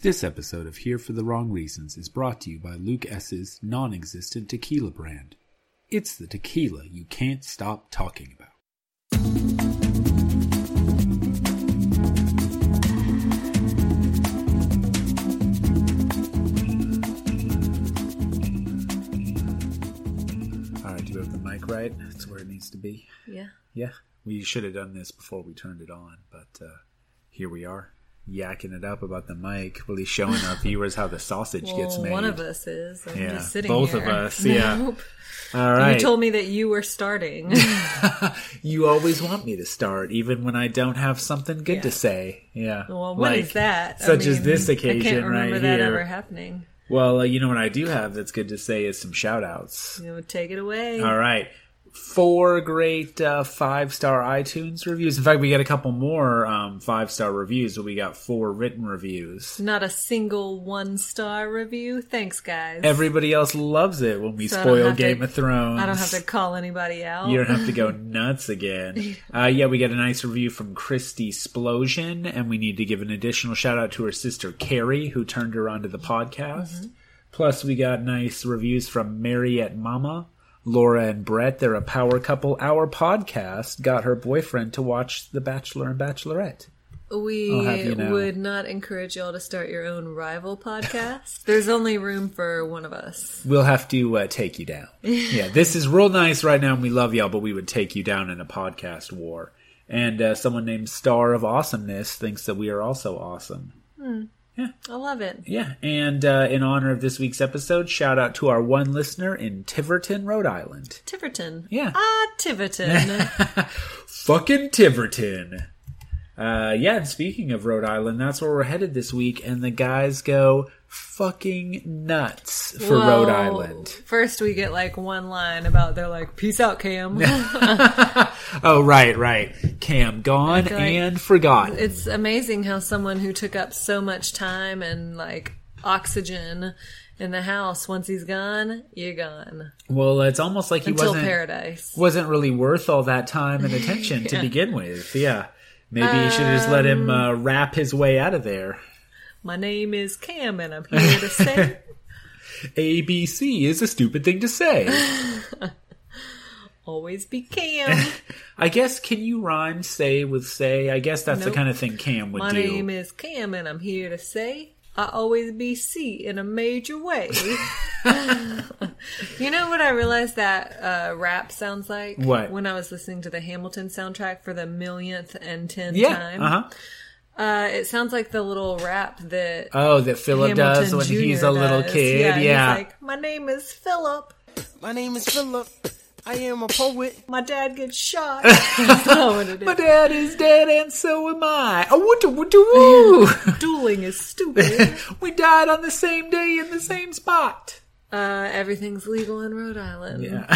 This episode of Here for the Wrong Reasons is brought to you by Luke S.'s non existent tequila brand. It's the tequila you can't stop talking about. All right, do you have the mic right? That's where it needs to be. Yeah. Yeah, we should have done this before we turned it on, but uh, here we are, yakking it up about the mic, really showing our viewers how the sausage gets made. one of us is. I'm Yeah, just sitting both here. of us, yeah. Nope. All right, You told me that you were starting. You always want me to start, even when I don't have something good to say. Yeah. well, what is Like, that? I Such as mean, this occasion I can't remember right that here. ever happening. Well, uh, you know what I do have that's good to say is some shout outs. You know, take it away. All right. Four great uh, five star iTunes reviews. In fact, we got a couple more um, five star reviews, but we got four written reviews. Not a single one star review. Thanks, guys. Everybody else loves it when we So I don't spoil have to- Game of Thrones. I don't have to call anybody out. You don't have to go nuts again. Uh, yeah, we got a nice review from Christy Splosion, and we need to give an additional shout out to her sister Carrie, who turned her onto the podcast. Mm-hmm. Plus, we got nice reviews from Mariette Mama, Laura and Brett. They're a power couple. Our podcast got her boyfriend to watch The Bachelor and Bachelorette. I'll have we you know. would not encourage y'all to start your own rival podcast. There's only room for one of us. We'll have to uh, take you down. yeah, this is real nice right now, and we love y'all, but we would take you down in a podcast war. And uh, someone named Star of Awesomeness thinks that we are also awesome. I love it. Yeah, and uh, in honor of this week's episode, shout out to our one listener in Tiverton, Rhode Island. Tiverton. Yeah. Ah, Tiverton. Fucking Tiverton. Uh, yeah, and speaking of Rhode Island, that's where we're headed this week, and the guys go fucking nuts for Well, Rhode Island. First, we get like one line about they're like, "Peace out, Cam." Oh, right, right. Cam gone feel like- and forgotten. it's amazing how someone who took up so much time and like oxygen in the house, once he's gone, you're gone Well, it's almost like he until wasn't paradise. wasn't really worth all that time and attention to begin with. Yeah, maybe you should have just let him Um, uh, rap his way out of there. My name is Cam, and I'm here to say, ABC is a stupid thing to say. always be Cam. I guess can you rhyme say with say? I guess that's Nope. the kind of thing Cam would My do. name is Cam, and I'm here to say. I always be C in a major way. you know what I realized that uh, rap sounds like? What? When I was listening to the Hamilton soundtrack for the millionth and tenth yeah. time. Uh huh. Uh, it sounds like the little rap that Oh, that Philip Hamilton does when Jr. he's a little does. kid. Yeah. he's like, my name is Philip. My name is Philip. I am a poet. My dad gets shot. That's not what it My is. dad is dead, and so am I. Oh, woo, woo, woo, woo. Dueling is stupid. we died on the same day in the same spot. uh, everything's legal in Rhode Island.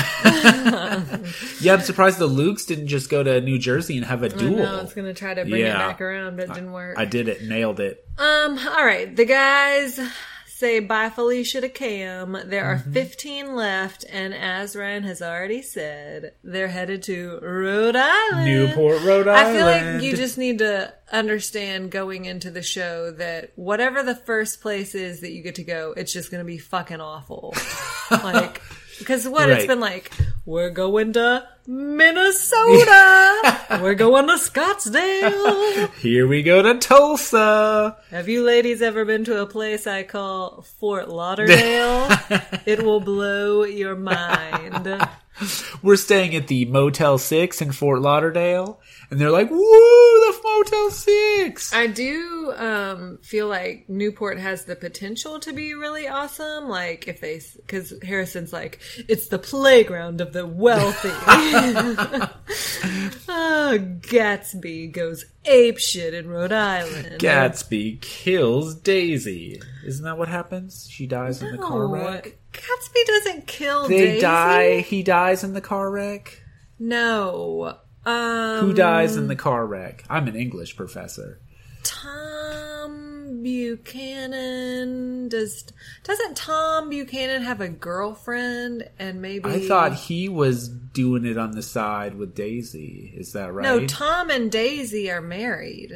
Yeah, I'm surprised the Lukes didn't just go to New Jersey and have a I duel. know, I was gonna try to bring Yeah. it back around, but it didn't work. I did it, nailed it. Um, all right. The guys say bye, Felicia, to Cam. There are Mm-hmm. 15 left, and as Ryan has already said, they're headed to Rhode Island. Newport, Rhode I feel Island. like you just need to understand going into the show that whatever the first place is that you get to go, it's just going to be fucking awful. like, because what it's Right. been like, we're going to Minnesota, we're going to Scottsdale. Here we go to Tulsa. Have you ladies ever been to a place I call Fort Lauderdale? it will blow your mind. We're staying at the Motel 6 in Fort Lauderdale. And they're like, woo, the Motel 6. I do um, feel like Newport has the potential to be really awesome. Like, if they, because Harrison's like, it's the playground of the wealthy. oh, Gatsby goes apeshit in Rhode Island. Gatsby kills Daisy. Isn't that what happens? She dies in the car No, wreck. Oh, Gatsby doesn't kill They Daisy. die. He dies in the car wreck. No. Um, Who dies in the car wreck? I'm an English professor. Tom Buchanan does doesn't Tom Buchanan have a girlfriend and maybe I thought he was doing it on the side with Daisy. Is that right? No, Tom and Daisy are married.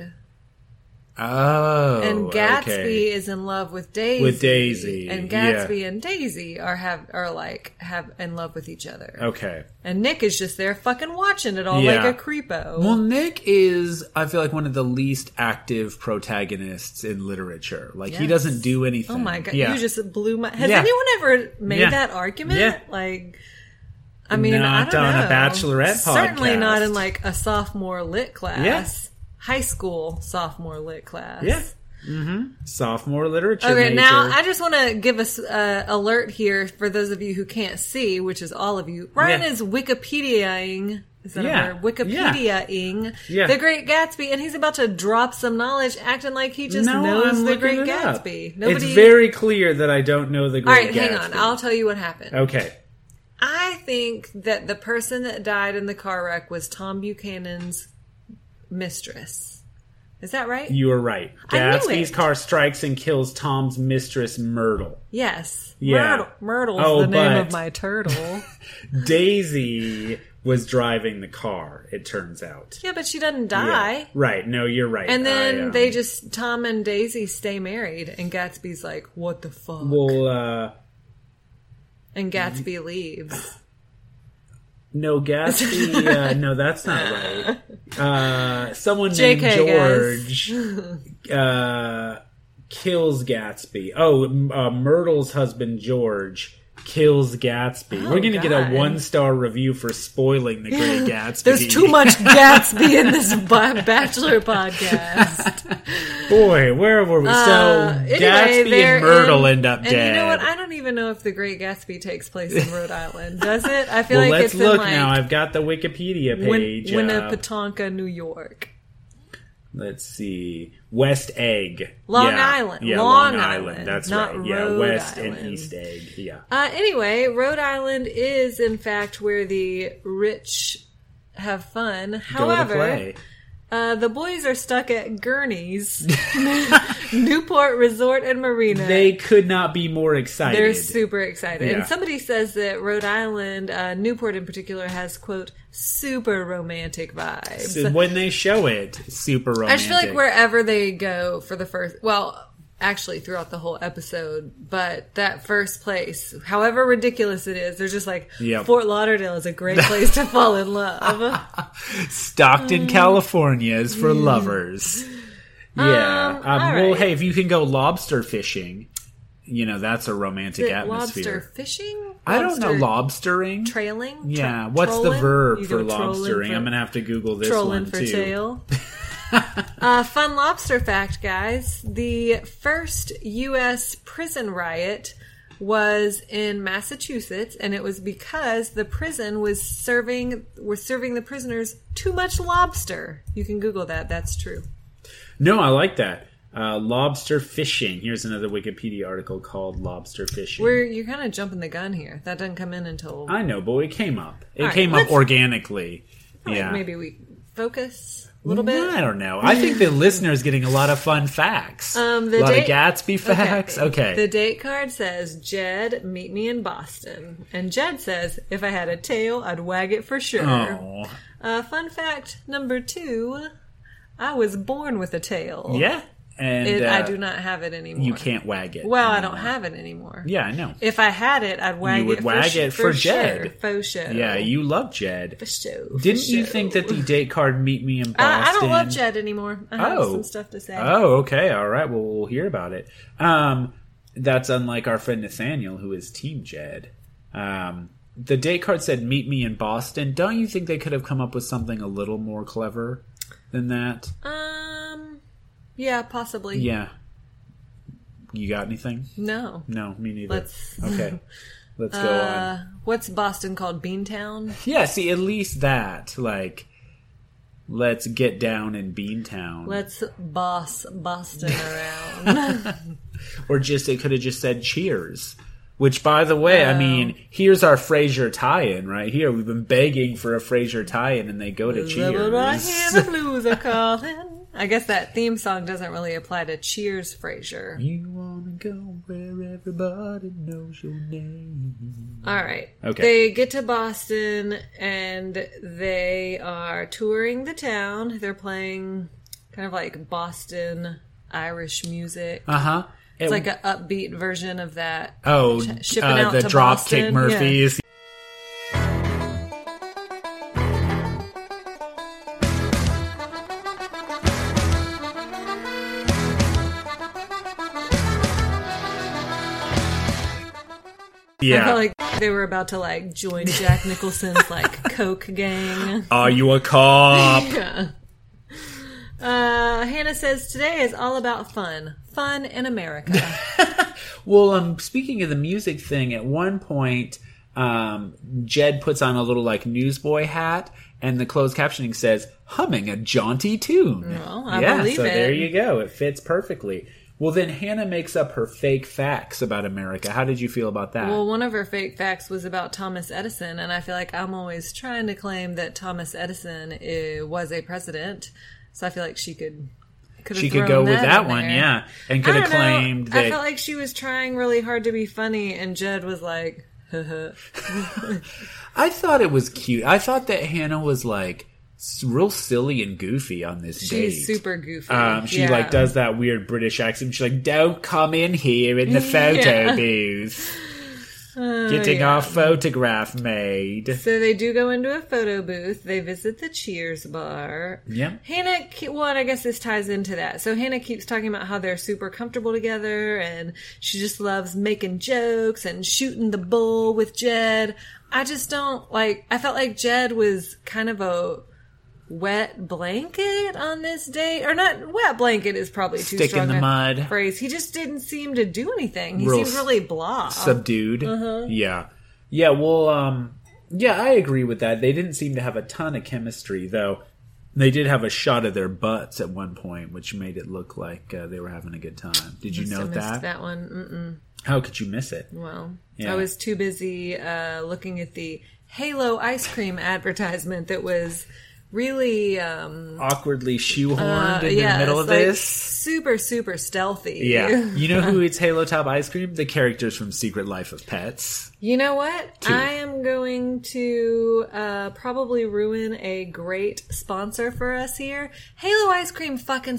Oh, and Gatsby okay. is in love with Daisy. With Daisy, and yeah. Gatsby and Daisy are have are like have in love with each other. Okay. And Nick is just there fucking watching it Oh. all Yeah. like a creepo. Well, Nick is, I feel like, one of the least active protagonists in literature. Like, he Yes. doesn't do anything. oh my god, Yeah. you just blew my. Has Yeah. anyone ever made Yeah. that argument? Yeah. Like, I mean, I Not don't on a know. bachelorette Certainly podcast. not in like a sophomore lit class. Yeah. High school sophomore lit class. Yeah. Mm-hmm. Sophomore literature. Okay, major. now I just want to give us uh, alert here for those of you who can't see, which is all of you. Ryan Yeah. is Wikipediaing. Is that Yeah. a word? Wikipediaing Yeah. the Great Gatsby, and he's about to drop some knowledge, acting like he just No, knows I'm the looking Great it up. Gatsby. Nobody. It's very clear that I don't know the all Great right, Gatsby. hang on. I'll tell you what happened. Okay. I think that the person that died in the car wreck was Tom Buchanan's mistress. Is that right? You were right. I knew Gatsby's it. car strikes and kills Tom's mistress, Myrtle. yes. Yeah. Myrtle, Myrtle's Oh, the name of but- my turtle. Daisy was driving the car, it turns out. Yeah, but she doesn't Yeah. die. Right. No, you're right. And then I, um, they just Tom and Daisy stay married, and Gatsby's like, "What the fuck?" Well, uh, and Gatsby leaves. no, Gatsby. uh, no, that's not right. Uh, someone JK, named George uh, kills Gatsby. Oh, M- uh, Myrtle's husband, George. Kills Gatsby. Oh, We're gonna get God. a one-star review for spoiling the Great Gatsby. There's too much Gatsby in this bi- Bachelor podcast. Boy, where were we? Uh, so Gatsby they're and Myrtle in- end up and dead. You know what? I don't even know if the Great Gatsby takes place in Rhode Island. Does it? I feel well, like let's it's look in now. like I've got the Wikipedia Win- page. up. Winnepetonka, New York. Let's see. West Egg. Long Yeah. Island. Yeah, Long Long, Island, Island. That's not right. Yeah, Rhode West and Island. East Egg. Yeah. Uh, anyway, Rhode Island is in fact where the rich have fun. However, Go to play. Uh, the boys are stuck at Gurney's, Newport Resort and Marina. They could not be more excited. They're super excited. And Yeah. somebody says that Rhode Island, uh, Newport in particular, has, quote, super romantic vibes. So when they show it, super I romantic. just feel like wherever they go for the first, well, actually throughout the whole episode, but that first place, however ridiculous it is, they're just like, Yep. Fort Lauderdale is a great place to fall in love. um, Stockton, California is for lovers. Yeah. Um, Um, mm. all Well, right. hey, if you can go lobster fishing, you know that's a romantic Is it atmosphere. lobster fishing? I don't know Lobster lobstering. Trailing? Tro- yeah, what's the trolling? verb You for go trolling lobstering? for- I'm gonna have to Google this trolling one for too. tail. uh, fun lobster fact, guys. The first U.S. prison riot was in Massachusetts, and it was because the prison was serving were serving the prisoners too much lobster. You can Google that. That's true. No, I like that. Uh, lobster fishing. Here's another Wikipedia article called "Lobster Fishing." We're, you're kind of jumping the gun here. That doesn't come in until I know, but it came up. It right, came let's- up organically. yeah, maybe we focus a little bit. I don't know. I think the listener is getting a lot of fun facts. Um, the a lot date- of Gatsby facts. Okay. The date card says, Jed, meet me in Boston. And Jed says, if I had a tail, I'd wag it for sure. oh, Uh, fun fact number two I was born with a tail. yeah. And It, I uh, do not have it anymore. You can't wag it. Well, I anymore. don't have it anymore. Yeah, I know. If I had it, I'd wag You would it for wag sure. it for sure. Jed. For sure. Yeah, you love Jed. For sure. For Didn't you sure. think that the date card meet me in Boston? I, I don't love Jed anymore. I have Oh. some stuff to say. Oh, okay. All right. Well, we'll hear about it. Um, that's unlike our friend Nathaniel, who is Team Jed. Um, the date card said, "Meet me in Boston." Don't you think they could have come up with something a little more clever than that? Um, yeah, possibly. Yeah. You got anything? No. No, me neither. Let's- Okay. Let's go on. Uh, what's Boston called? Beantown? Yeah. See, at least that. Like, let's get down in Beantown. Let's boss Boston around. or just it could have just said cheers which by the way i mean Oh. here's our frasier tie-in right here we've been begging for a frasier tie-in and they go to I hear cheers the blues are calling. I guess that theme song doesn't really apply to Cheers, Frasier. you wanna go where everybody knows your name All right. Mm-hmm. Okay. They get to Boston and they are touring the town. They're playing kind of like Boston Irish music. Uh huh. Uh-huh. It's like an upbeat version of that. oh, sh- shipping uh, out the to Dropkick Boston, Murphys. I Yeah. felt like they were about to like join Jack Nicholson's like Coke gang. Are you a cop? Yeah. Uh, Hannah says today is all about fun, fun in America. Well, um, speaking of the music thing, at one point, um, Jed puts on a little like newsboy hat, and the closed captioning says "humming a jaunty tune." Well, I yeah, believe so it. there you go. It fits perfectly. Well, then Hannah makes up her fake facts about America. How did you feel about that? Well, one of her fake facts was about Thomas Edison, and I feel like I'm always trying to claim that Thomas Edison eh, was a president, so I feel like she could. Could she could go with that one, yeah, and could I have don't know. claimed I that. felt like she was trying really hard to be funny, and Jed was like, I thought it was cute. I thought that Hannah was like s- real silly and goofy on this date. "She's super goofy." Um, she Yeah. like does that weird British accent. She's like, "Don't come in here in the photo booth, getting Oh, yeah. our photograph made." So they do go into a photo booth. They visit the Cheers bar. Yeah. Hannah, ke- well, and I guess this ties into that. So Hannah keeps talking about how they're super comfortable together and she just loves making jokes and shooting the bull with Jed. I just don't like, I felt like Jed was kind of a wet blanket on this date. Or not, wet blanket is probably too Stick in strong the a mud. phrase. He just didn't seem to do anything. He Real seemed s- really blah. Subdued. Uh-huh. Yeah, yeah. Well, um, yeah, I agree with that. They didn't seem to have a ton of chemistry, though. They did have a shot of their butts at one point, which made it look like uh, they were having a good time. Did you I note missed that? that one. Mm-mm. How could you miss it? Well, Yeah. I was too busy uh, looking at the Halo ice cream advertisement that was really, um, Awkwardly shoehorned uh, in yeah, the middle of it's like this. super super stealthy. Yeah. You know who eats Halo Top ice cream? The characters from Secret Life of Pets. You know what? I am going to uh, probably ruin a great sponsor for us here. Halo ice cream fucking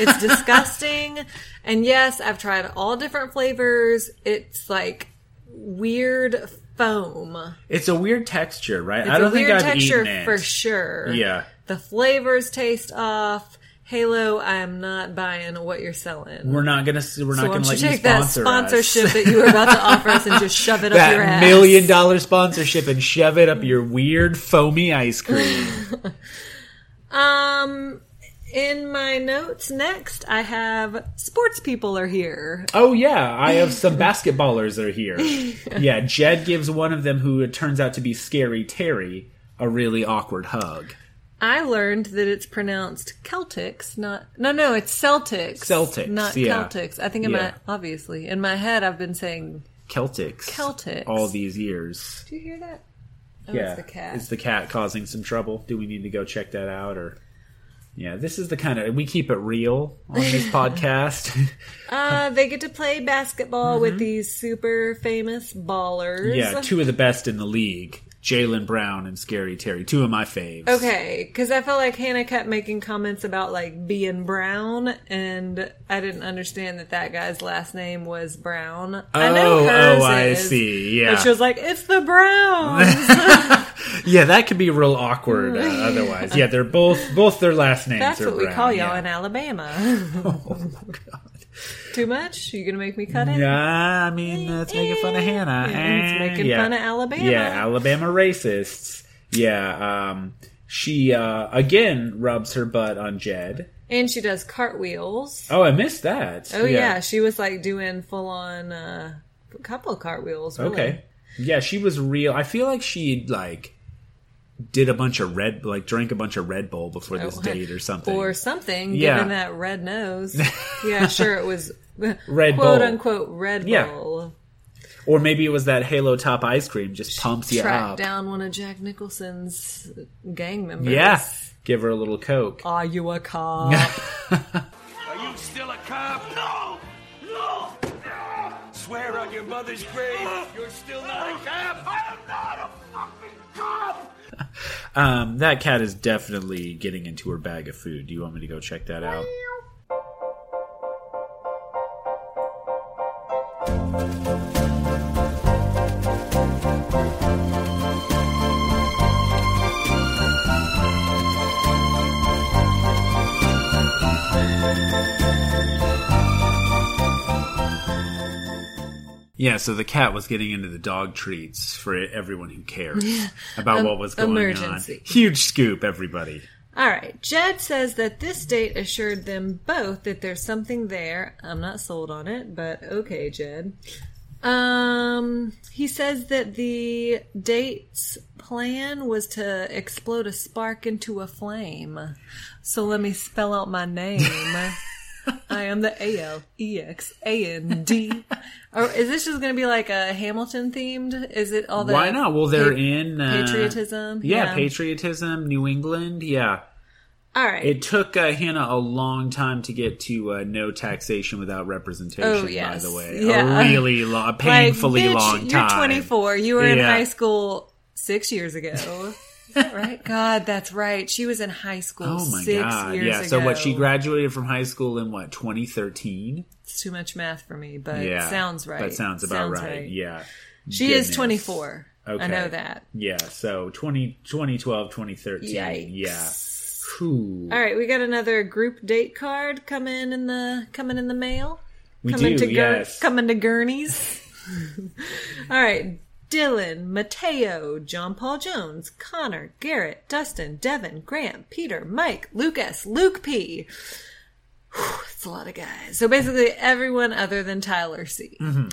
It's disgusting. And yes, I've tried all different flavors. It's like weird foam. It's a weird texture, right? It's I don't a weird think I've texture eaten it. for sure. Yeah. The flavors taste off. Halo, I'm not buying what you're selling. We're not gonna. We're so not why gonna don't you let you take that sponsor sponsorship us. that you were about to offer us and just shove it up your that ass? million dollar sponsorship and shove it up your weird foamy ice cream. Um, in my notes next, I have sports people are here. oh yeah, I have some basketballers are here. Yeah, Jed gives one of them who it turns out to be Scary Terry a really awkward hug. I learned that it's pronounced Celtics, not no, no, it's Celtics, Celtics, not yeah. Celtics. I think in Yeah. my obviously in my head, I've been saying, Celtics. Celtics. All these years. "Do you hear that?" Oh, it's the cat. Is the cat causing some trouble? Do we need to go check that out or Yeah, this is the kind of we keep it real on this podcast. Uh, they get to play basketball with these super famous ballers. Mm-hmm. yeah, two of the best in the league. Jalen Brown and Scary Terry, two of my faves. Okay, because I felt like Hannah kept making comments about like being brown, and I didn't understand that that guy's last name was Brown. I know Oh, hers oh, I is, see, yeah. but she was like, "It's the Browns." Yeah, that could be real awkward uh, otherwise. Yeah, they're both both their last names That's are what we Brown, call y'all yeah. in Alabama. Too much? You gonna make me cut it? Yeah, I mean, that's making fun of Hannah. Yeah, it's Eh, making fun of Alabama. Yeah, Alabama racists. Yeah, um, she uh, again rubs her butt on Jed. And she does cartwheels. Oh, I missed that. Oh yeah, she was like doing full on uh, couple cartwheels. Really. Okay. Yeah, she was real. I feel like she like did a bunch of red, like drank a bunch of Red Bull before this date or something. Oh, or something, Yeah. given that red nose. Yeah, sure, it was Red quote Bull. unquote Red Yeah. Bull. Or maybe it was that Halo Top ice cream just pumps you Tracked up. down one of Jack Nicholson's gang members. Yeah. Give her a little coke. Are you a cop? Are you still a cop? No! No! Swear on your mother's grave, you're still not a cop! I am not a fucking cop! Um, that cat is definitely getting into her bag of food. Do you want me to go check that out? Yeah, so the cat was getting into the dog treats for everyone who cares about Em- what was going emergency. on. Huge scoop, everybody. All right. Jed says that this date assured them both that there's something there. I'm not sold on it, but okay, Jed. Um, he says that the date's plan was to explode a spark into a flame. So let me spell out my name. I am the A L E X A N D. Or is this just going to be like a Hamilton themed? Is it all the Why not? Well, they're pa- in uh, patriotism? Yeah, Yeah. patriotism, New England. Yeah, All right. it took uh, Hannah a long time to get to uh, no taxation without representation. Oh, by yes. the way, Yeah. a really lo- painfully bitch, long time. You're 24. You were in Yeah. high school six years ago. Is that right? God, that's right. She was in high school Oh my six god! years Yeah. ago. So what? She graduated from high school in what 2013. It's too much math for me, but Yeah, sounds right. That sounds about right. Yeah. She Goodness. is 24. I Okay. know that. Yeah. So 20, 2012, 2013. Yikes. Yeah. Whew. All right, we got another group date card coming in the coming in the mail. we coming do. to Gur- yes. coming to Gurney's. All right, Dylan, Mateo, John Paul Jones, Connor, Garrett, Dustin, Devin, Grant, Peter, Mike, Lucas, Luke P. Whew, It's a lot of guys. So basically, everyone other than Tyler C. Mm-hmm.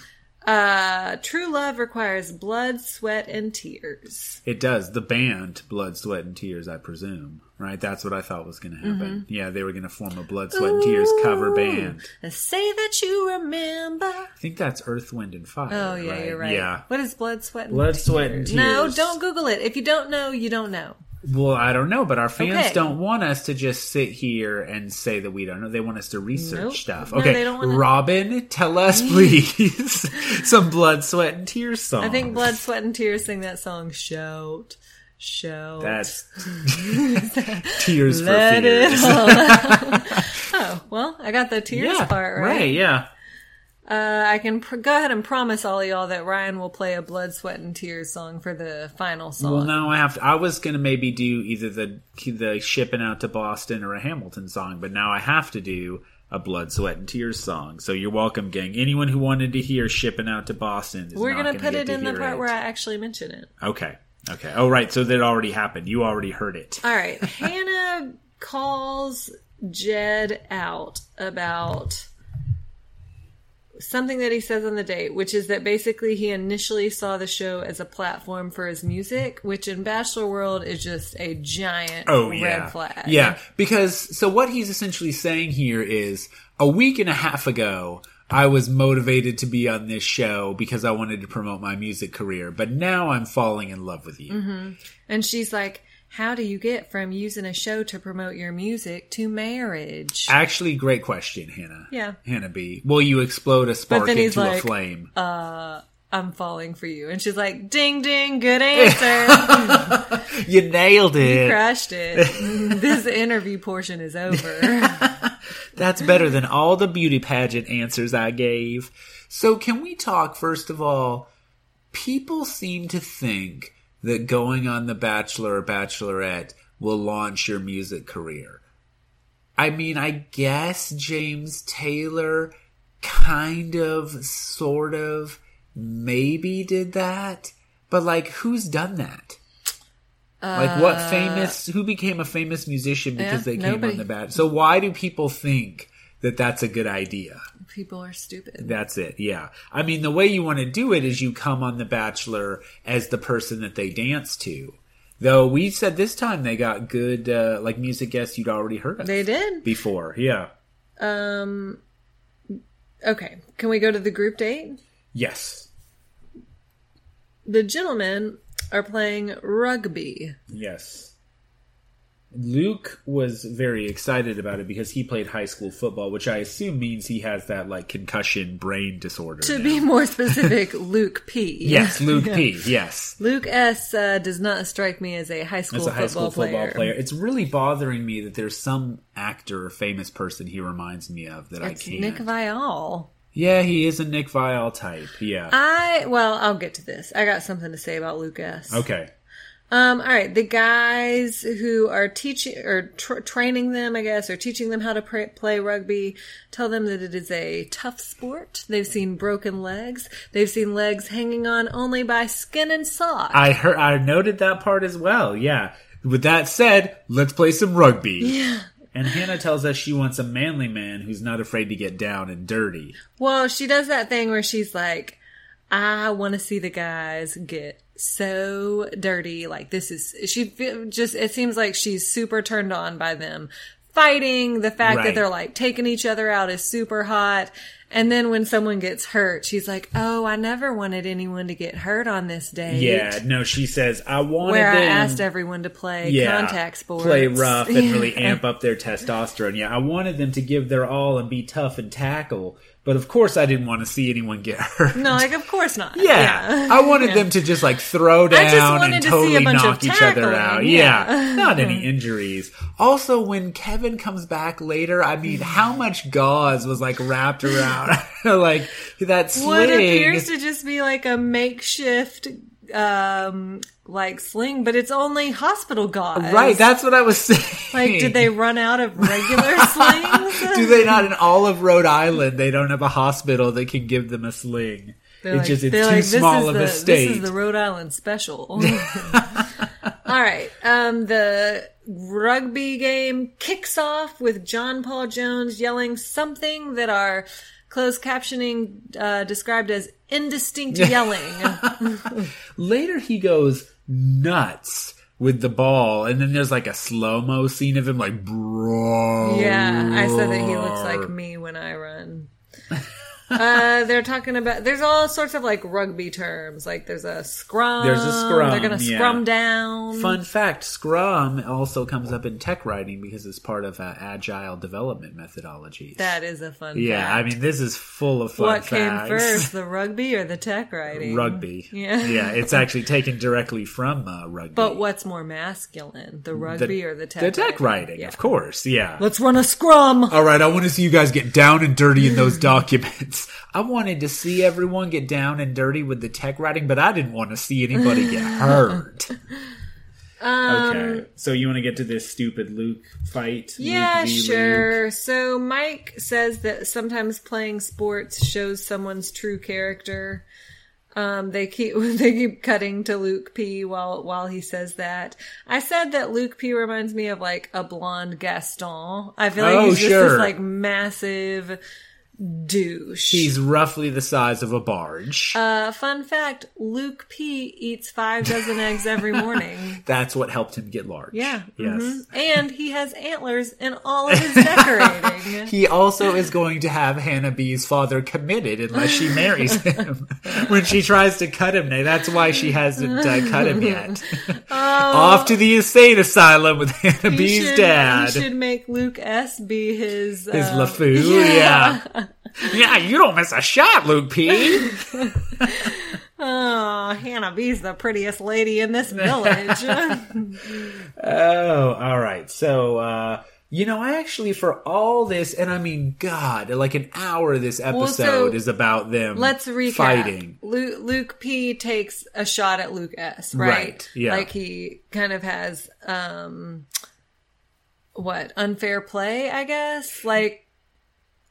Uh, true love requires blood, sweat, and tears. It does. The band Blood, Sweat, and Tears, I presume. Right? That's what I thought was going to happen. Yeah, they were going to form a Blood, Sweat, and Tears cover Mm-hmm. Ooh. band. Say that you remember. I think that's Earth, Wind, and Fire. Oh yeah, right? you're right. Yeah. What is blood, sweat, and Blood, Sweat, and tears? Tears. No, don't Google it. If you don't know, you don't know. Well, I don't know, but our fans Okay. don't want us to just sit here and say that we don't know. They want us to research Nope. stuff. No, Okay, they don't wanna- Robin, tell us please some blood, sweat, and tears songs. I think Blood, Sweat, and Tears sing that song. Shout, shout. that's tears for Let it fears. all out. oh, well, I got the tears yeah, part right. right. Yeah, Uh, I can pr- go ahead and promise all of y'all that Ryan will play a Blood, Sweat, and Tears song for the final song. Well, now I have to. I was gonna maybe do either the the shipping out to Boston or a Hamilton song, but now I have to do a blood, sweat, and tears song. So you're welcome, gang. Anyone who wanted to hear shipping out to Boston, is We're not going to put get it to in the hear part it. where I actually mention it. Okay. Okay. Oh, right. So that already happened. You already heard it. All right. Hannah calls Jed out about something that he says on the date, which is that basically he initially saw the show as a platform for his music, which in Bachelor World is just a giant Oh red yeah. flag. Yeah, because so what he's essentially saying here is a week and a half ago I was motivated to be on this show because I wanted to promote my music career, but now I'm falling in love with Mm-hmm. you. And she's like, How do you get from using a show to promote your music to marriage? Actually, great question, Hannah. Yeah. Hannah B. Will you explode a spark then he's into a like, uh, flame? I'm falling for you. And she's like, Ding ding, good answer. you nailed it. Crashed it. this interview portion is over. That's better than all the beauty pageant answers I gave. So, can we talk, first of all? People seem to think that going on The Bachelor or Bachelorette will launch your music career. I mean, I guess James Taylor kind of, sort of, maybe did that. But, like, who's done that? Like what famous? Who became a famous musician because Uh, they yeah, came nobody. on the bat? So why do people think that that's a good idea? People are stupid. That's it. Yeah. I mean, the way you want to do it is you come on The Bachelor as the person that they dance to. Though we said this time they got good, uh, like music guests you'd already heard of They did. before. Yeah. Um okay, can we go to the group date? Yes. The gentlemen are playing rugby. Yes. Luke was very excited about it because he played high school football, which I assume means he has that like concussion brain disorder. To now. be more specific, Luke P. yes, Luke P. Yes. Luke S. Uh, does not strike me as a high school, As a high football, school football player. player. It's really bothering me that there's some actor or famous person he reminds me of that I It's can't. Nick Viall. yeah, he is a Nick Vial type. Yeah. I well, I'll get to this. I got something to say about Luke S. okay. Um, all right, the guys who are teaching or tr training them, I guess, or teaching them how to pr- play rugby, tell them that it is a tough sport. They've seen broken legs. They've seen legs hanging on only by skin and sock. I heard. I noted that part as well. Yeah. With that said, let's play some rugby. Yeah. And Hannah tells us she wants a manly man who's not afraid to get down and dirty. well, she does that thing where she's like, "I want to see the guys get." So dirty, like this is she fe- just. It seems like she's super turned on by them fighting. The fact that Right. they're like taking each other out is super hot. And then when someone gets hurt, she's like, "Oh, I never wanted anyone to get hurt on this day." Yeah, no, she says I wanted where I them- asked everyone to play contact sports, play rough and Yeah. really amp up their testosterone. Yeah, I wanted them to give their all and be tough and tackle, but of course I didn't want to see anyone get hurt. No, like of course not. Yeah, I wanted them to just like throw down just wanted and to see a totally bunch of knock each other tackling, out. yeah. Yeah, not any injuries. Also, when Kevin comes back later, I mean, how much gauze was like wrapped around like that sling? what appears to just be like a makeshift um like sling but it's only hospital gauze right, that's what I was saying. like did they run out of regular slings Do they not in all of Rhode Island? They don't have a hospital that can give them a sling. They're it's like- just it's they're too like, this small is of the, a state. This is the Rhode Island special. All right. Um, the rugby game kicks off with John Paul Jones yelling something that our closed captioning uh, described as indistinct yelling. Later, he goes nuts with the ball, and then there's like a slow mo scene of him like, bro. Yeah, I said that he looks like me when I run. uh, they're talking about there's all sorts of like rugby terms. Like there's a scrum. There's a scrum, They're gonna yeah. scrum down. Fun fact: Scrum also comes up in tech writing because it's part of uh, agile development methodology. That is a fun. yeah, fact. I mean, this is full of fun what facts. came first, the rugby or the tech writing? Rugby. Yeah. yeah, it's actually taken directly from uh, rugby. But what's more masculine, the rugby or the tech? The tech writing, Yeah. of course. Yeah. Let's run a scrum. All right, I want to see you guys get down and dirty in those documents. I wanted to see everyone get down and dirty with the tech writing, but I didn't want to see anybody get hurt. okay, so you want to get to this stupid Luke fight? Um, Yeah, Luke v. Luke? sure. So Mike says that sometimes playing sports shows someone's true character. Um, they keep they keep cutting to Luke P while while he says that. I said that Luke P reminds me of like a blonde Gaston. I feel like Oh, he's just sure. this like massive douche. He's roughly the size of a barge. Uh, fun fact: Luke P eats five dozen eggs every morning. That's what helped him get large. Yeah. Yes. mhm. And he has antlers in all of his decorating. He also is going to have Hannah B's father committed unless she marries him. when she tries to cut him, now that's why she hasn't uh, cut him yet. Off to the insane asylum with Hannah Oh. He B's should- dad. He should make Luke S be his Is um, LeFou, yeah. yeah. you don't miss a shot, Luke P. Oh, Hannah B's the prettiest lady in this village. oh, all right. So, uh, you know, I actually, for all this, and I mean, God, like an hour of this episode so is about them Let's recap. fighting. Lu- Luke P takes a shot at Luke S, right? Right, yeah. Like he kind of has um what, unfair play, I guess? Like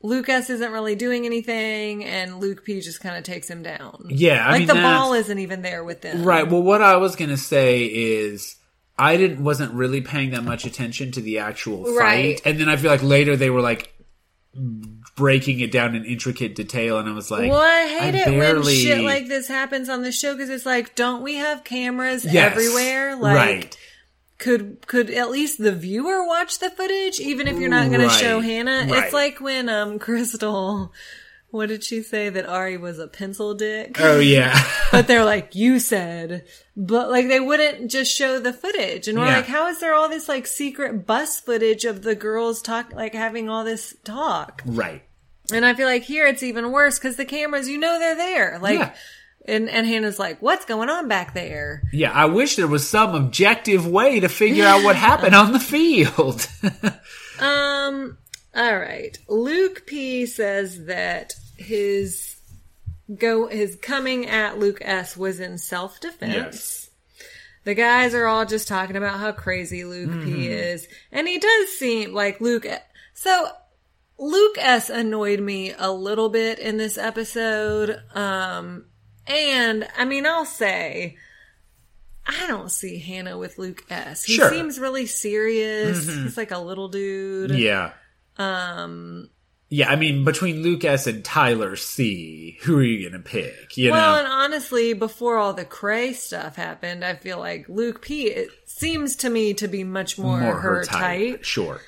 Luke S isn't really doing anything and Luke P just kind of takes him down. Yeah, I like mean, the that's- ball isn't even there with them. Right. Well, what I was gonna say is I didn't wasn't really paying that much attention to the actual fight, Right. and then I feel like later they were like breaking it down in intricate detail, and I was like, Well, I hate it when barely- shit like this happens on the show because it's like, don't we have cameras Yes. everywhere? Like, right. could could at least the viewer watch the footage even if you're not going to show Right, Hannah right. it's like when um Crystal What did she say that Ari was a pencil dick? Oh yeah. but they're like, you said, but like they wouldn't just show the footage. And we're Yeah. like, how is there all this like secret bus footage of the girls talk, like having all this talk? right. And I feel like here it's even worse because the cameras, you know, they're there. Like, Yeah. and, and Hannah's like, what's going on back there? Yeah, I wish there was some objective way to figure out what happened on the field. Um, all right. Luke P says that his go his coming at Luke S was in self defense. The guys are all just talking about how crazy Luke P is, and he does seem like Luke. So Luke S annoyed me a little bit in this episode. Um, and I mean, I'll say. I don't see Hannah with Luke S. He Sure. seems really serious. He's like a little dude. Yeah. Um, Yeah, I mean, between Lucas and Tyler C, who are you going to pick? You well, know? and honestly, before all the Cray stuff happened, I feel like Luke P. It seems to me to be much more, her, type. Sure.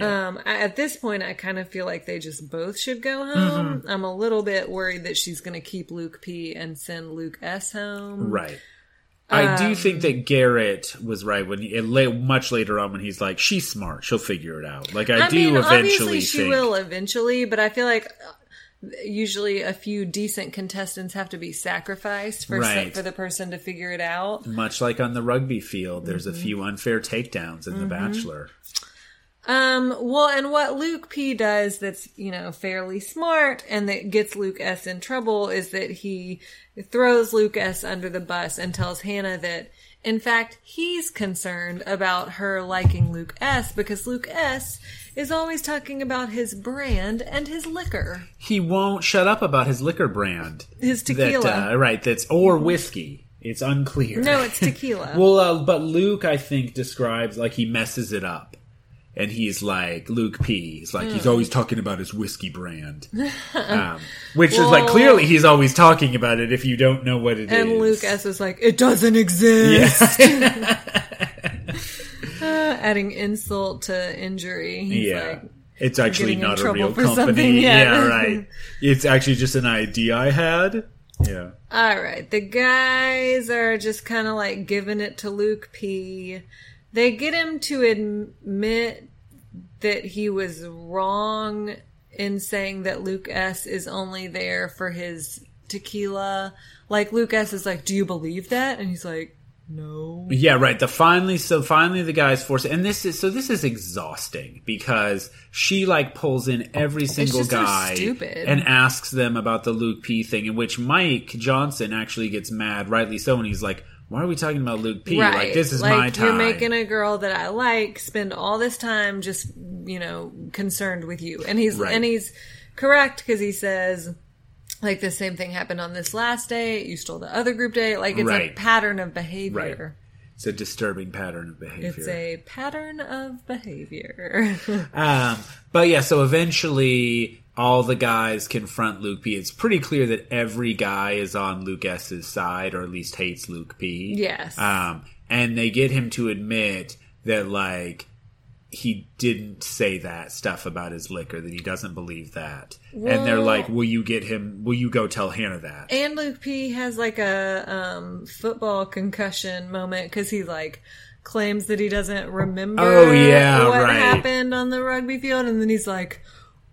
Um, I, at this point, I kind of feel like they just both should go home. Mm-hmm. I'm a little bit worried that she's going to keep Luke P. and send Luke S. home. Right. I Um, do think that Garrett was right when he, la- much later on when he's like, she's smart, she'll figure it out. Like I, I do mean, eventually obviously she think, will eventually, but I feel like uh, usually a few decent contestants have to be sacrificed for some- Right. for the person to figure it out. much like on the rugby field, there's Mm-hmm. a few unfair takedowns in The Bachelor. Um, well, and what Luke P does that's, you know, fairly smart and that gets Luke S in trouble is that he throws Luke S under the bus and tells Hannah that, in fact, he's concerned about her liking Luke S because Luke S is always talking about his brand and his liquor, He won't shut up about his liquor brand. his tequila. That, uh, right, that's, or whiskey. It's unclear. no, it's tequila. Well, uh, but Luke, I think, describes like he messes it up. And he's like, Luke P. He's like, Hmm. he's always talking about his whiskey brand. um, which is like, Well- clearly he's always talking about it if you don't know what it is. and Luke S was like, it doesn't exist. Yeah. Adding insult to injury. He's yeah. like, it's actually getting in not a trouble real for something, company. yeah. yeah, right. It's actually just an idea I had. Yeah. All right, the guys are just kind of like giving it to Luke P. They get him to admit that he was wrong in saying that Luke S is only there for his tequila. Like Luke S is like, "Do you believe that?" And he's like, "No." Yeah, right. The finally, so finally, the guys force, and this is so this is exhausting because she like pulls in every single just so guy stupid. and asks them about the Luke P thing, in which Mike Johnson actually gets mad, rightly so, and he's like, "Why are we talking about Luke P? Like this is my time." You're making a girl that I like spend all this time just, you know, concerned with you. And he's Right. and he's correct because he says like the same thing happened on this last date. You stole the other group date. Like it's a Right. pattern of behavior. it's a disturbing pattern of behavior. It's a pattern of behavior. Um, but yeah, so eventually all the guys confront Luke P. It's pretty clear that every guy is on Luke S's side, or at least hates Luke P. Yes. Um, and they get him to admit that like he didn't say that stuff about his liquor, that he doesn't believe that. and they're Well- like, "Will you get him? Will you go tell Hannah that?" And Luke P has like a um, football concussion moment because he like claims that he doesn't remember. Oh, yeah, what right. happened on the rugby field, and then he's like,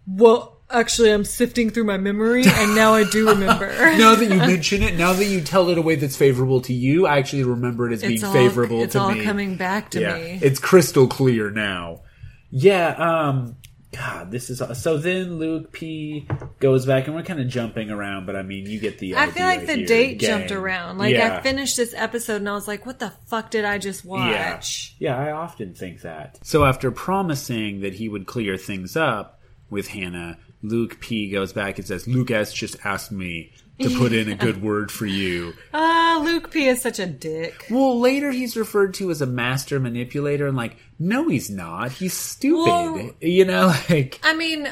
"Well, actually, I'm sifting through my memory, and now I do remember." now that you mention it, now that you tell it a way that's favorable to you, I actually remember it as being it's all, favorable It's to all me. coming back to yeah, me. it's crystal clear now. Yeah, um God, this is so. Then Luke P goes back, and we're kind of jumping around, but I mean, you get the. I feel idea like the here. date Gang. jumped around. Like Yeah. I finished this episode and I was like, "What the fuck did I just watch?" Yeah. yeah, I often think that. So after promising that he would clear things up with Hannah, Luke P goes back and says, Luke S just asked me to put in a good word for you. Ah, Luke P is such a dick. Well, later he's referred to as a master manipulator, and like, no, he's not. He's stupid. Well- you know, like. I mean,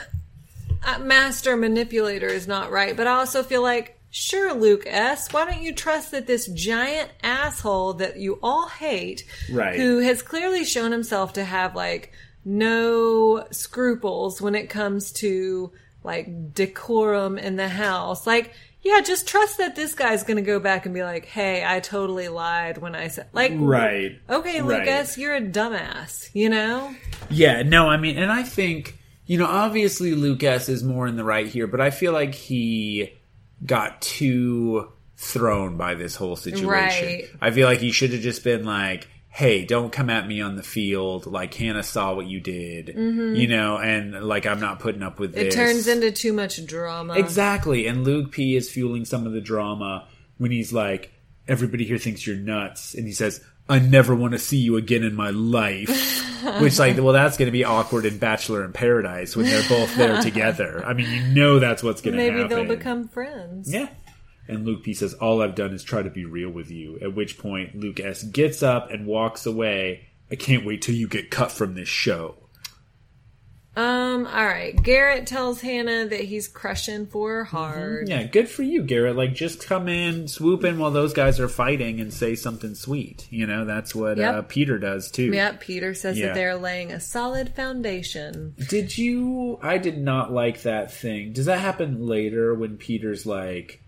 uh, master manipulator is not right, but I also feel like, sure, Luke S., why don't you trust that this giant asshole that you all hate, Right. who has clearly shown himself to have like no scruples when it comes to like decorum in the house. Like, yeah, just trust that this guy's going to go back and be like, "Hey, I totally lied when I said." Like, Right. Okay, Right. Lucas, you're a dumbass. You know, Yeah, no, I mean, and I think, you know, obviously Lucas is more in the right here, but I feel like he got too thrown by this whole situation. Right. I feel like he should have just been like, hey, don't come at me on the field. Like, Hannah saw what you did, you know, and like, I'm not putting up with Mm-hmm. it this. turns into too much drama. Exactly. And Luke P is fueling some of the drama when he's like, everybody here thinks you're nuts. And he says, I never want to see you again in my life. Which, like, well, that's going to be awkward in Bachelor in Paradise when they're both there together. I mean, you know that's what's going to Maybe happen. they'll become friends. Yeah. And Luke P says, All I've done is try to be real with you. At which point, Luke S gets up and walks away. I can't wait till you get cut from this show. Um. All right. Garrett tells Hannah that he's crushing for her hard. Mm-hmm. Yeah, good for you, Garrett. Like, just come in, swoop in while those guys are fighting and say something sweet. You know, that's what Yep. uh, Peter does too. Yep, Peter says Yeah. that they're laying a solid foundation. Did you? I did not like that thing. Does that happen later when Peter's like,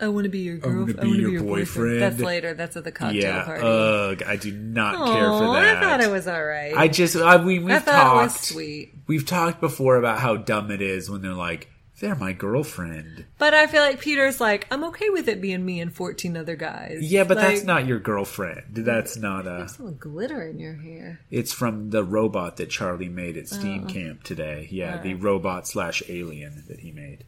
I want to be your wanna girlfriend. be your boyfriend. That's later. That's at the cocktail yeah, party. ugh, I do not care Aw, for that. I thought it was all right. I just, I mean, we've I thought talked. it was sweet, We've talked before about how dumb it is when they're like, they're my girlfriend. but I feel like Peter's like, I'm okay with it being me and 14 other guys. Yeah, but Like, that's not your girlfriend. That's not a. Some glitter in your hair. It's from the robot that Charlie made Oh, at Steam Camp today. Yeah, the robot slash alien that he made.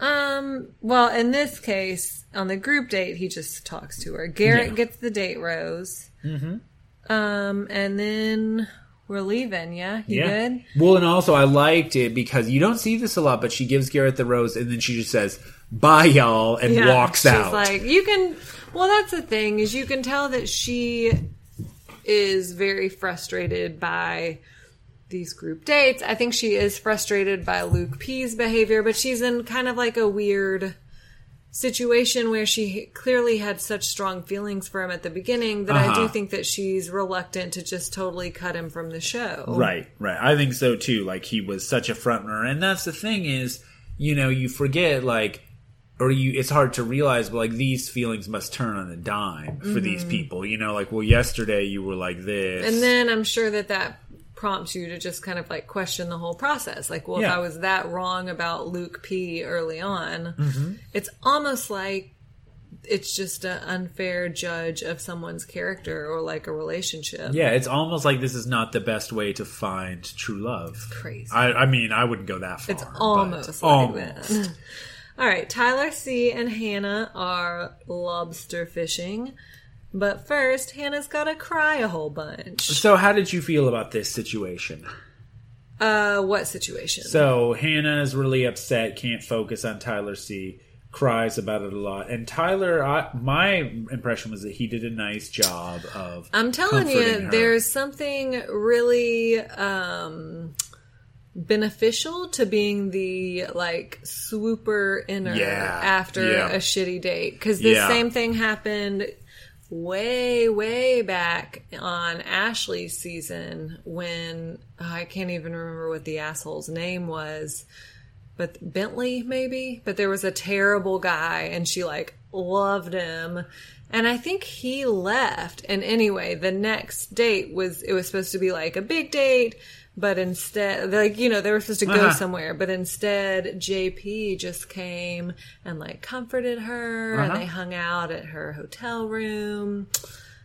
Um. Well, in this case, on the group date, he just talks to her. Garrett Yeah. gets the date rose. Mm-hmm. Um. And then we're leaving. Yeah. You good? Well, and also I liked it because you don't see this a lot, but she gives Garrett the rose and then she just says, "Bye, y'all," and Yeah, walks she's out. Like you can. Well, that's the thing is you can tell that she is very frustrated by these group dates. I think she is frustrated by Luke P's behavior, but she's in kind of like a weird situation where she clearly had such strong feelings for him at the beginning that I do Uh-huh. think that she's reluctant to just totally cut him from the show. Right, right. I think so too. Like he was such a front runner, and that's the thing is, you know, you forget like, or you. It's hard to realize, but like these feelings must turn on a dime for these people. You know, like well, yesterday you were like this, Mm-hmm. And then I'm sure that that prompts you to just kind of like question the whole process. Like, well, if Yeah. I was that wrong about Luke P early on, Mm-hmm. it's almost like it's just an unfair judge of someone's character or like a relationship. Yeah, it's almost like this is not the best way to find true love. Crazy. I, I mean, I wouldn't go that far. it's but almost like almost. that. All right, Tyler C and Hannah are lobster fishing. But first, Hannah's got to cry a whole bunch. So, how did you feel about this situation? Uh, what situation? So, Hannah is really upset, can't focus on Tyler C, cries about it a lot. And Tyler, I, my impression was that he did a nice job of. I'm telling comforting you, her. there's something really um, beneficial to being the like swooper inner Yeah, after yeah. a shitty date because the Yeah. same thing happened way way back on Ashley's season when oh, I can't even remember what the asshole's name was but Bentley maybe, but there was a terrible guy and she like loved him. And I think he left. And anyway, the next date was it was supposed to be like a big date, but instead like you know, they were supposed to go Uh-huh. somewhere, but instead JP just came and like comforted her and Uh-huh. they hung out at her hotel room.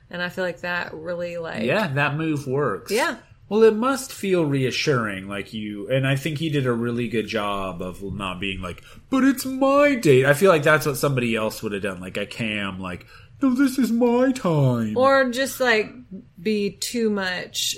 And I feel like that really like Yeah, that move works. Yeah. Well, it must feel reassuring, like you. And I think he did a really good job of not being like, but it's my date. I feel like that's what somebody else would have done, like a cam, like, no, this is my time. or just like be too much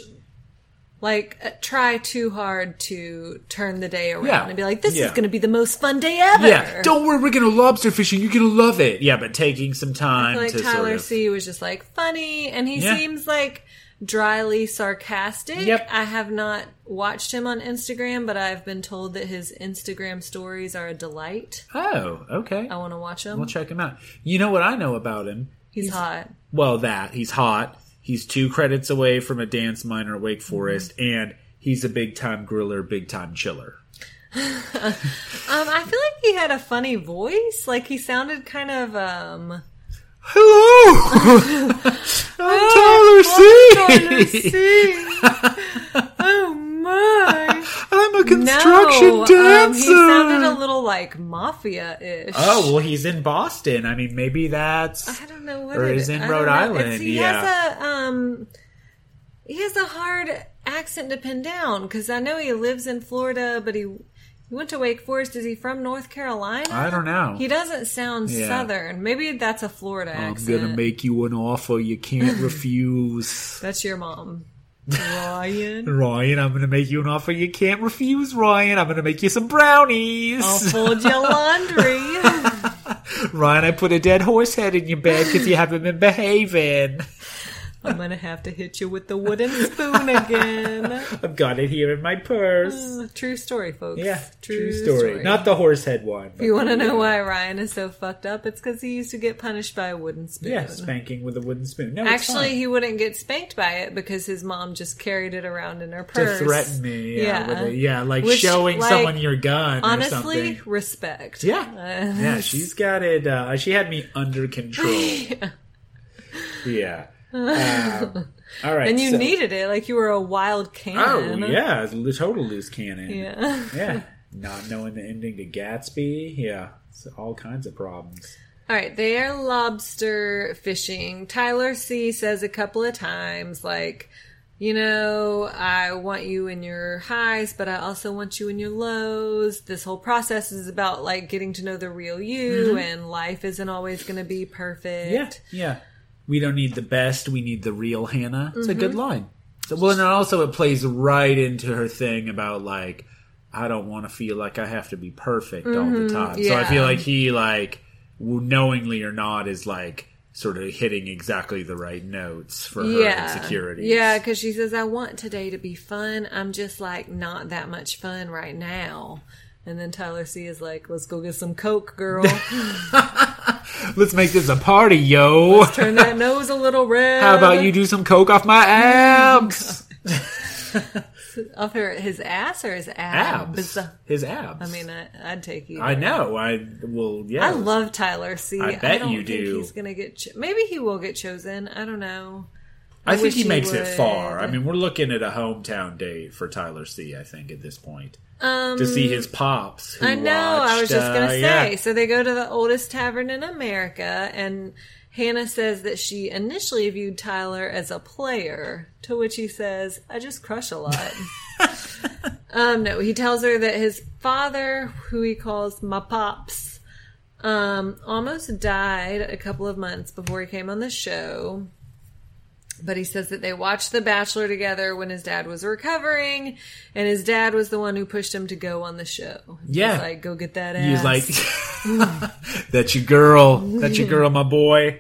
like uh, try too hard to turn the day around Yeah. and be like this is Yeah. going to be the most fun day ever yeah, don't worry, we're gonna lobster fishing. You're gonna love it. Yeah, but taking some time like to tyler sort of, c was just like funny and he Yeah. seems like dryly sarcastic Yep. i have not watched him on instagram but i've been told that his instagram stories are a delight Oh, okay. i want to watch him We'll check him out. You know what I know about him? he's, hot Well, that he's hot. He's two credits away Mm-hmm. from a dance minor at Wake Forest, and he's a big time griller, big time chiller. Um, I feel like he had a funny voice. Like he sounded kind of um. Hello! I'm Tyler Tyler C. C. oh my! I'm a construction No, um, he dancer. sounded a little like mafia-ish. oh, well, he's in Boston. I mean, maybe that's. I don't know what Or it he's in I Rhode don't know. Island, It's- he yeah. has a um, he has a hard accent to pin down because I know he lives in Florida, but he he went to Wake Forest. Is he from North Carolina? I don't know. He doesn't sound Yeah. southern. Maybe that's a Florida I'm accent. gonna make you an offer you can't refuse. that's your mom, Ryan. Ryan, I'm gonna make you an offer you can't refuse, Ryan. I'm gonna make you some brownies. I'll fold your laundry. Ryan, I put a dead horse head in your bed because you haven't been behaving. I'm gonna have to hit you with the wooden spoon again. I've got it here in my purse. True story, folks. Yeah, true, story. Not the horse head one. If you want to know why Ryan is so fucked up, it's because he used to get punished by a wooden spoon. Yeah, spanking with a wooden spoon. No, it's Actually, fine. he wouldn't get spanked by it because his mom just carried it around in her to purse. threaten me. Yeah, Yeah. with a- yeah like Which, showing like, someone your gun or Honestly, something. respect. Yeah, Uh, yeah, she's got it. Uh, she had me under control. yeah. Um, all right. and you so- needed it like you were a wild Oh cannon. yeah, it's a total loose cannon. Yeah. Yeah. Not knowing the ending to Gatsby. Yeah. It's all kinds of problems. All right, they are lobster fishing. Tyler C says a couple of times, like, you know, I want you in your highs, but I also want you in your lows. This whole process is about like getting to know the real you, Mm-hmm. and life isn't always going to be perfect. Yeah. Yeah. We don't need the best. We need the real Hannah. It's a Mm-hmm. good line. So, well, and also it plays right into her thing about like, I don't want to feel like I have to be perfect all the time. So I Mm-hmm. yeah. feel like he like, w- knowingly or not, is like sort of hitting exactly the right notes for her insecurities. Yeah, because she says, I want today to be fun. I'm just like not that much fun right now. And then Tyler C is like, let's go get some Coke, girl. Let's make this a party, yo. Turn that nose a little red. How about you do some coke off my abs? Off her, his ass or his abs? His abs. I mean, I, I'd take you. I know. I will. Yeah. I love Tyler C. I bet don't you think do. He's gonna get. Cho- Maybe he will get chosen. I don't know. I think wish he he makes it far. would. I mean, we're looking at a hometown date for Tyler C. I think at this point to see his pops. who Um, I know. I was watched, just gonna uh, say. yeah. So they go to the oldest tavern in America, and Hannah says that she initially viewed Tyler as a player. To which he says, "I just crush a lot." um, no, he tells her that his father, who he calls my pops, um, almost died a couple of months before he came on the show. But he says that they watched The Bachelor together when his dad was recovering, and his dad was the one who pushed him to go on the show. He was Yeah. like go get that ass. He's like, "That's your girl. That's Mm. your girl, my boy."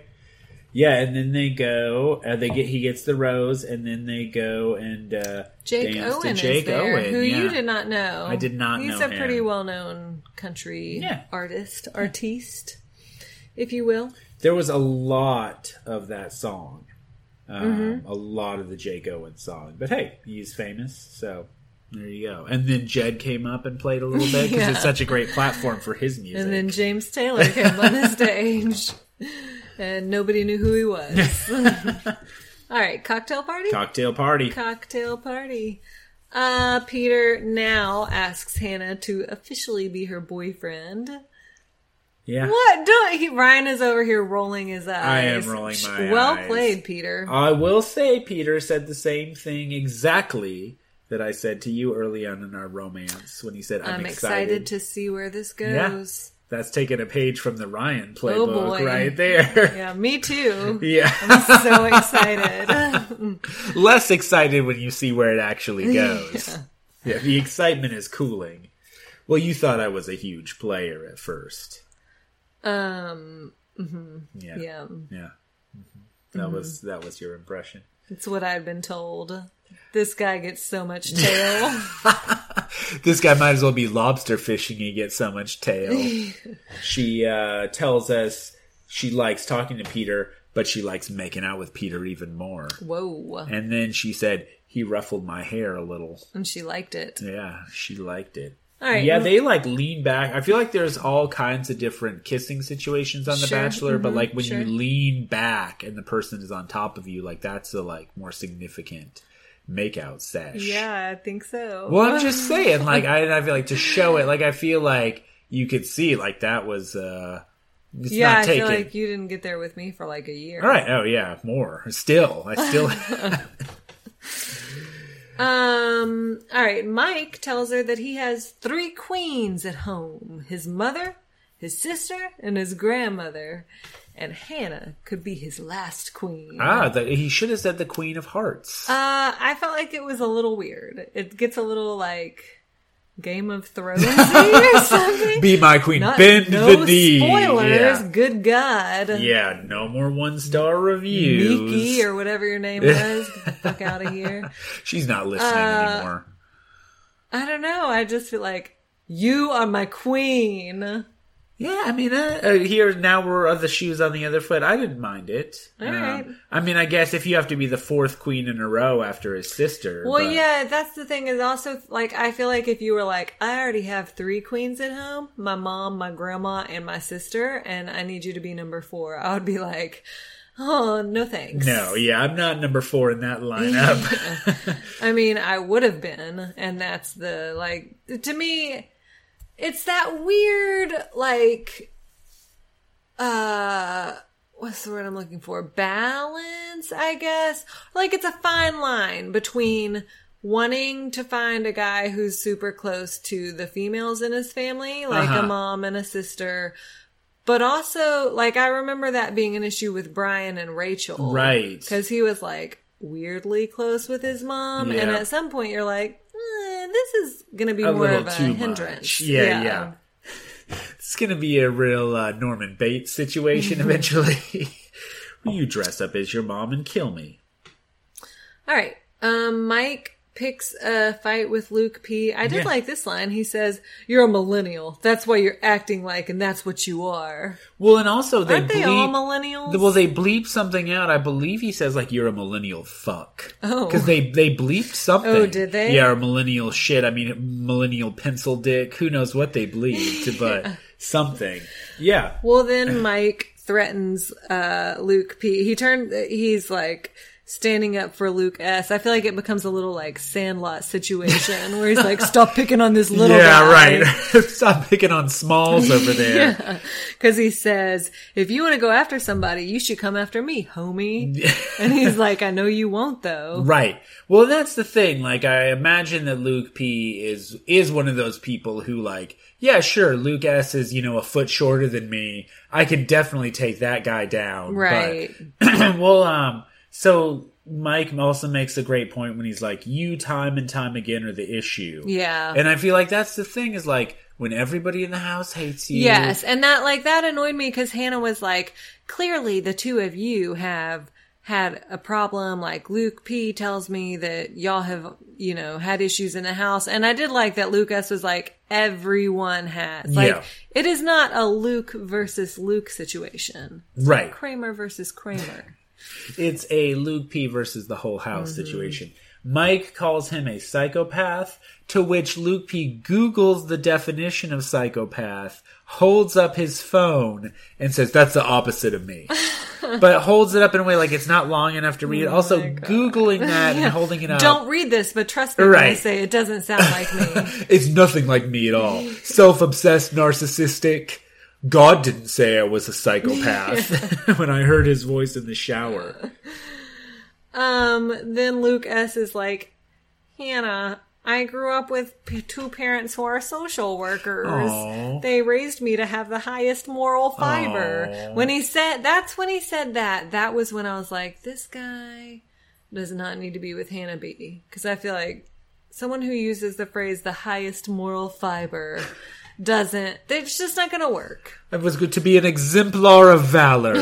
Yeah, and then they go. Uh, they get. He gets the rose, and then they go and uh, Jake dance Owen to Jake is there, Owen, who yeah. you did not know. I did not He's know a pretty him. well-known country Yeah. artist, artiste, if you will. there was a lot of that song, um, Mm-hmm. a lot of the Jake Owen song. But hey, he's famous, so there you go. And then Jed came up and played a little bit because Yeah. it's such a great platform for his music. And then James Taylor came on the stage, and nobody knew who he was. All right, cocktail party. Cocktail party. cocktail party. Uh, Peter now asks Hannah to officially be her boyfriend. yeah, What? Don't he? Ryan is over here rolling his eyes. I am rolling my well eyes. played, Peter. I will say Peter said the same thing exactly that I said to you early on in our romance when he said, "I'm, I'm, excited. to see where this goes. That's taking a page from the Ryan playbook Oh, boy. right there. Yeah, me too. yeah. so excited. less excited when you see where it actually goes. yeah. the excitement is cooling. Well, you thought I was a huge player at first. Um, Yeah. Yeah. yeah, Mhm. That was that was your impression. it's what I've been told. This guy gets so much tail. This guy might as well be lobster fishing and get so much tail. she uh, tells us she likes talking to Peter, but she likes making out with Peter even more. Whoa. And then she said he ruffled my hair a little. And she liked it. Yeah, she liked it. All right. Yeah, they like lean back. I feel like there's all kinds of different kissing situations on The Sure, Mm-hmm. Bachelor, but like when sure. you lean back and the person is on top of you, like that's the like more significant makeout sesh. Yeah, I think so. Well, I'm just saying, like I, I feel like to show it, like I feel like you could see, like that was uh, it's yeah, not I taken. feel like you didn't get there with me for like a year. all right. Oh yeah, more. Still, I still. Um. All right. Mike tells her that he has three queens at home: his mother, his sister, and his grandmother. And Hannah could be his last queen. ah, the, he should have said the Queen of Hearts. Uh, I felt like it was a little weird. It gets a little like Game of Thrones or something. Be my queen. Not- Bend no the knee. spoilers. Yeah. Good God. Yeah, no more one star reviews. Nikki or whatever your name was. Get the fuck out of here. She's not listening Uh, anymore. I don't know. I just feel like you are my queen. Yeah, I mean, uh, uh, here now we're of the shoes on the other foot. I didn't mind it. Um, All right. I mean, I guess if you have to be the fourth queen in a row after his sister. Well, but- yeah, that's the thing is also like I feel like if you were like I already have three queens at home, my mom, my grandma, and my sister, and I need you to be number four, I would be like, oh no, thanks. No, yeah, I'm not number four in that lineup. I mean, I would have been, and that's the like to me, it's that weird like, uh, what's the word I'm looking for? Balance, I guess. Like it's a fine line between wanting to find a guy who's super close to the females in his family, like a Uh-huh. mom and a sister. But also, like, I remember that being an issue with Brian and Rachel. Right. Because he was, like, weirdly close with his mom. And Yeah. at some point, you're like, eh, this is going to be a more little of a too hindrance. much. Yeah, yeah. It's gonna be a real uh, Norman Bates situation eventually. you dress up as your mom and kill me. All right. Um, Mike picks a fight with Luke P. I did Yeah. like this line. He says, You're a millennial. That's why you're acting like, and that's what you are. Well, and also they Aren't they all bleep- millennials? Well, they bleep something out. I believe he says like you're a millennial fuck. Oh. because they they bleeped something. Oh, did they? Yeah, or millennial shit. I mean, millennial pencil dick. Who knows what they bleeped, but something. Yeah, Well, then Mike threatens uh, Luke P. He turned. He's like standing up for Luke S. I feel like it becomes a little like Sandlot situation where he's like, "Stop picking on this little yeah, guy." right. Stop picking on smalls over there. Because he says, "If you want to go after somebody, you should come after me, homie." and he's like, "I know you won't, though." Right. Well, that's the thing. Like, I imagine that Luke P is is one of those people who, like, yeah, sure, Luke S is you know a foot shorter than me. I could definitely take that guy down. Right. But, well, um, so Mike also makes a great point when he's like, "You time and time again are the issue." Yeah. And I feel like that's the thing is like when everybody in the house hates you. Yes, and that like that annoyed me because Hannah was like, clearly the two of you have had a problem. Like Luke P tells me that y'all have you know had issues in the house, and I did like that Lucas was like everyone has like Yeah. it is not a Luke versus Luke situation, Right. Kramer versus Kramer. It's a Luke P versus the whole house situation. Mike calls him a psychopath, to which Luke P Googles the definition of psychopath, holds up his phone, and says, That's the opposite of me. but holds it up in a way like it's not long enough to read it. Also, Googling that and holding it up. Don't read this, but trust me when I Right. say it doesn't sound like me. It's nothing like me at all. Self obsessed, narcissistic. God didn't say I was a psychopath when I heard his voice in the shower. Um, then Luke S is like, Hannah, I grew up with p- two parents who are social workers. Aw. They raised me to have the highest moral fiber. When he said, that's when he said that. That was when I was like, this guy does not need to be with Hannah B. Because I feel like someone who uses the phrase the highest moral fiber doesn't, it's just not going to work. I was good to be an exemplar of valor.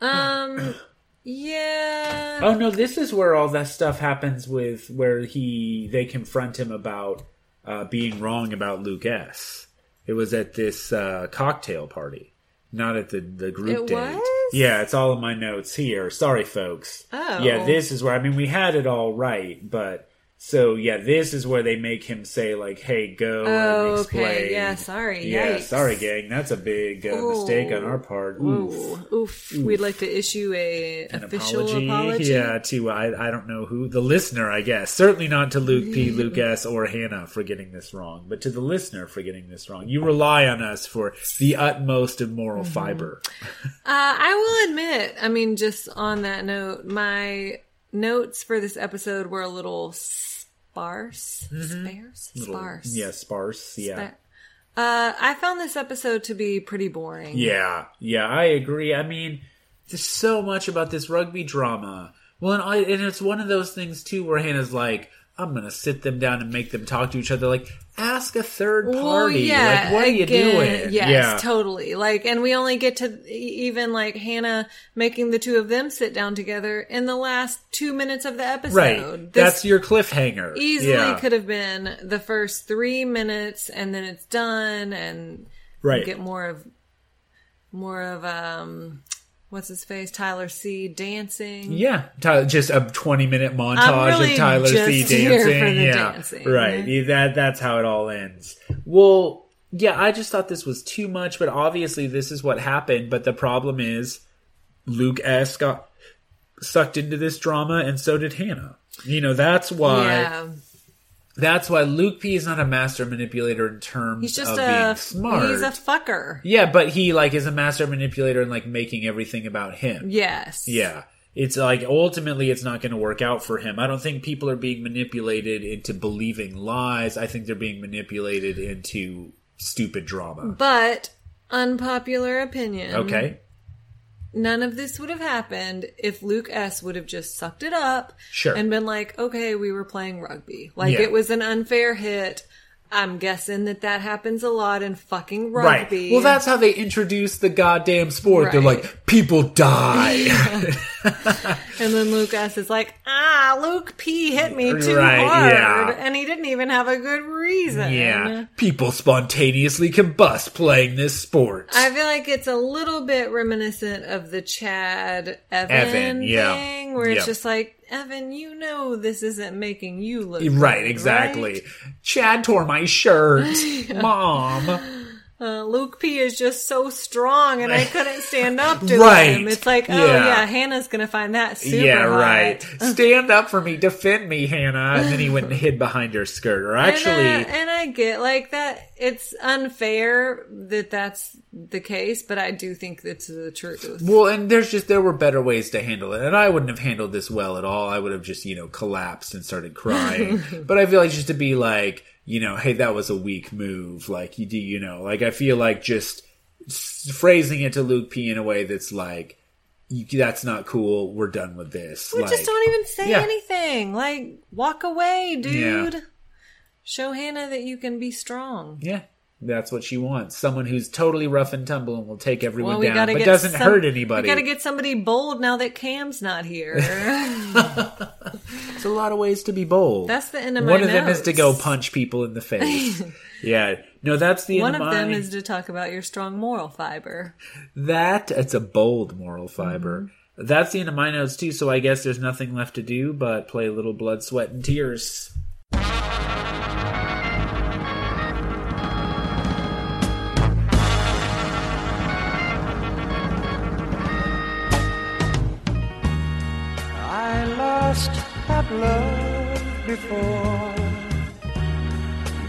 Um, yeah. Oh no, this is where all that stuff happens with where he they confront him about uh, being wrong about Luke S. It was at this uh, cocktail party, not at the the group It date. was? Yeah, it's all in my notes here. Sorry, folks. Oh. yeah, this is where I mean we had it all right, but So yeah, this is where they make him say like, "Hey, go Oh, and okay. explain." Yeah, sorry. Yeah, Yikes. sorry, gang. That's a big uh, Ooh. mistake on our part. Oof. Oof. We'd like to issue a An official apology, apology. yeah, to I, I don't know who the listener, I guess. Certainly not to Luke P, Luke S, or Hannah for getting this wrong, but to the listener for getting this wrong. You rely on us for the utmost of moral Mm-hmm. fiber. Uh, I will admit, I mean, just on that note, my notes for this episode were a little sparse. Sparse? Sparse. yeah, sparse. Mm-hmm. Yeah, Spar- Uh, I found this episode to be pretty boring. Yeah, yeah, I agree. I mean, there's so much about this rugby drama. Well, and, I, and it's one of those things too where Hannah's like, "I'm gonna sit them down and make them talk to each other." Like, ask a third party. Well, yeah. like, what are you again, doing? Yes, yeah, totally. Like, and we only get to e- even like Hannah making the two of them sit down together in the last two minutes of the episode. right. This That's your cliffhanger. easily yeah. could have been the first three minutes, and then it's done, and right. get more of more of um, what's his face, Tyler C. dancing. yeah, Tyler, just a twenty-minute montage really of Tyler C just here for dancing. the yeah, dancing. right. Yeah, That that's how it all ends. Well, yeah, I just thought this was too much, but obviously this is what happened. But the problem is, Luke S got sucked into this drama, and so did Hannah. You know, that's why Yeah, that's why Luke P is not a master manipulator in terms he's just of a being smart. he's a fucker. yeah, but he like is a master manipulator and like making everything about him. Yes. Yeah. It's like ultimately it's not going to work out for him. I don't think people are being manipulated into believing lies. I think they're being manipulated into stupid drama. But unpopular opinion. Okay. None of this would have happened if Luke S would have just sucked it up Sure. and been like, "Okay, we were playing rugby. Like Yeah. it was an unfair hit." I'm guessing that that happens a lot in fucking Right. rugby. Well, that's how they introduce the goddamn sport. They're Right. like, people die. And then Lucas is like, ah, Luke P hit me too Right, hard. yeah. And he didn't even have a good reason. yeah. People spontaneously combust playing this sport. I feel like it's a little bit reminiscent of the Chad Evan, Evan, yeah. thing, where it's Yeah. just like, Evan, you know this isn't making you look good, right, exactly. right? Chad tore my shirt. Mom. Uh, Luke P is just so strong, and I couldn't stand up to Right. him. It's like, oh Yeah. yeah, Hannah's gonna find that super yeah, hot. right. Stand up for me, defend me, Hannah. And then he went and hid behind her skirt. Or actually, and uh, I, and I get like that. It's unfair that that's the case, but I do think that's the truth. well, and there's just there were better ways to handle it, and I wouldn't have handled this well at all. I would have just you know collapsed and started crying. but I feel like just to be like, you know, hey, that was a weak move. Like you do, you know, like I feel like just s- phrasing it to Luke P in a way that's like, you, that's not cool. We're done with this. We like, just don't even say yeah. anything. Like walk away, dude. Show Hannah that you can be strong. Yeah. That's what she wants. Someone who's totally rough and tumble and will take everyone Well, we down, gotta but get doesn't some- hurt anybody. We gotta get somebody bold now that Cam's not here. There's a lot of ways to be bold. That's the end of my One of them is notes. to go punch people in the face. yeah. No, that's the One end of of them mine. is to talk about your strong moral fiber. That it's a bold moral fiber. Mm-hmm. That's the end of my notes too, so I guess there's nothing left to do but play a little blood, sweat, and tears. I lost that love before.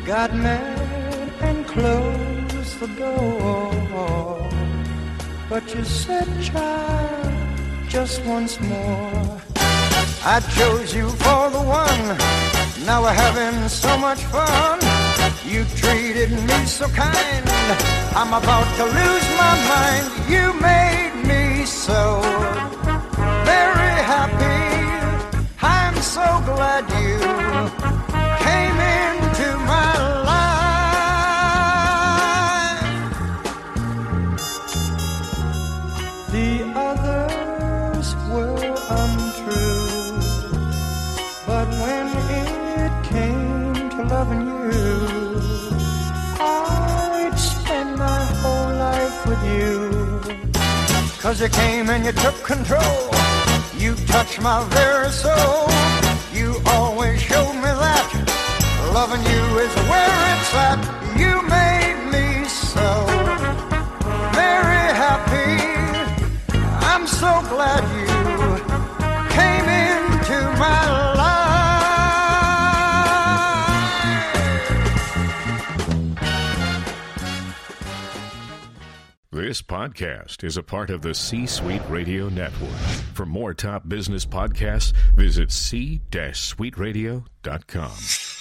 Got mad and closed the door. But you said, child, just once more. I chose you for the one. Now we're having so much fun. You treated me so kind. I'm about to lose my mind. You made me so very happy. I'm so glad you came into my life. The others were untrue, but when it came to loving you, I'd spend my whole life with you. Cause you came and you took control. You touched my very soul. You always showed me that. Loving you is where it's at. You made me so very happy. I'm so glad you came into my life. This podcast is a part of the C Suite Radio Network. For more top business podcasts, visit c-suiteradio.com.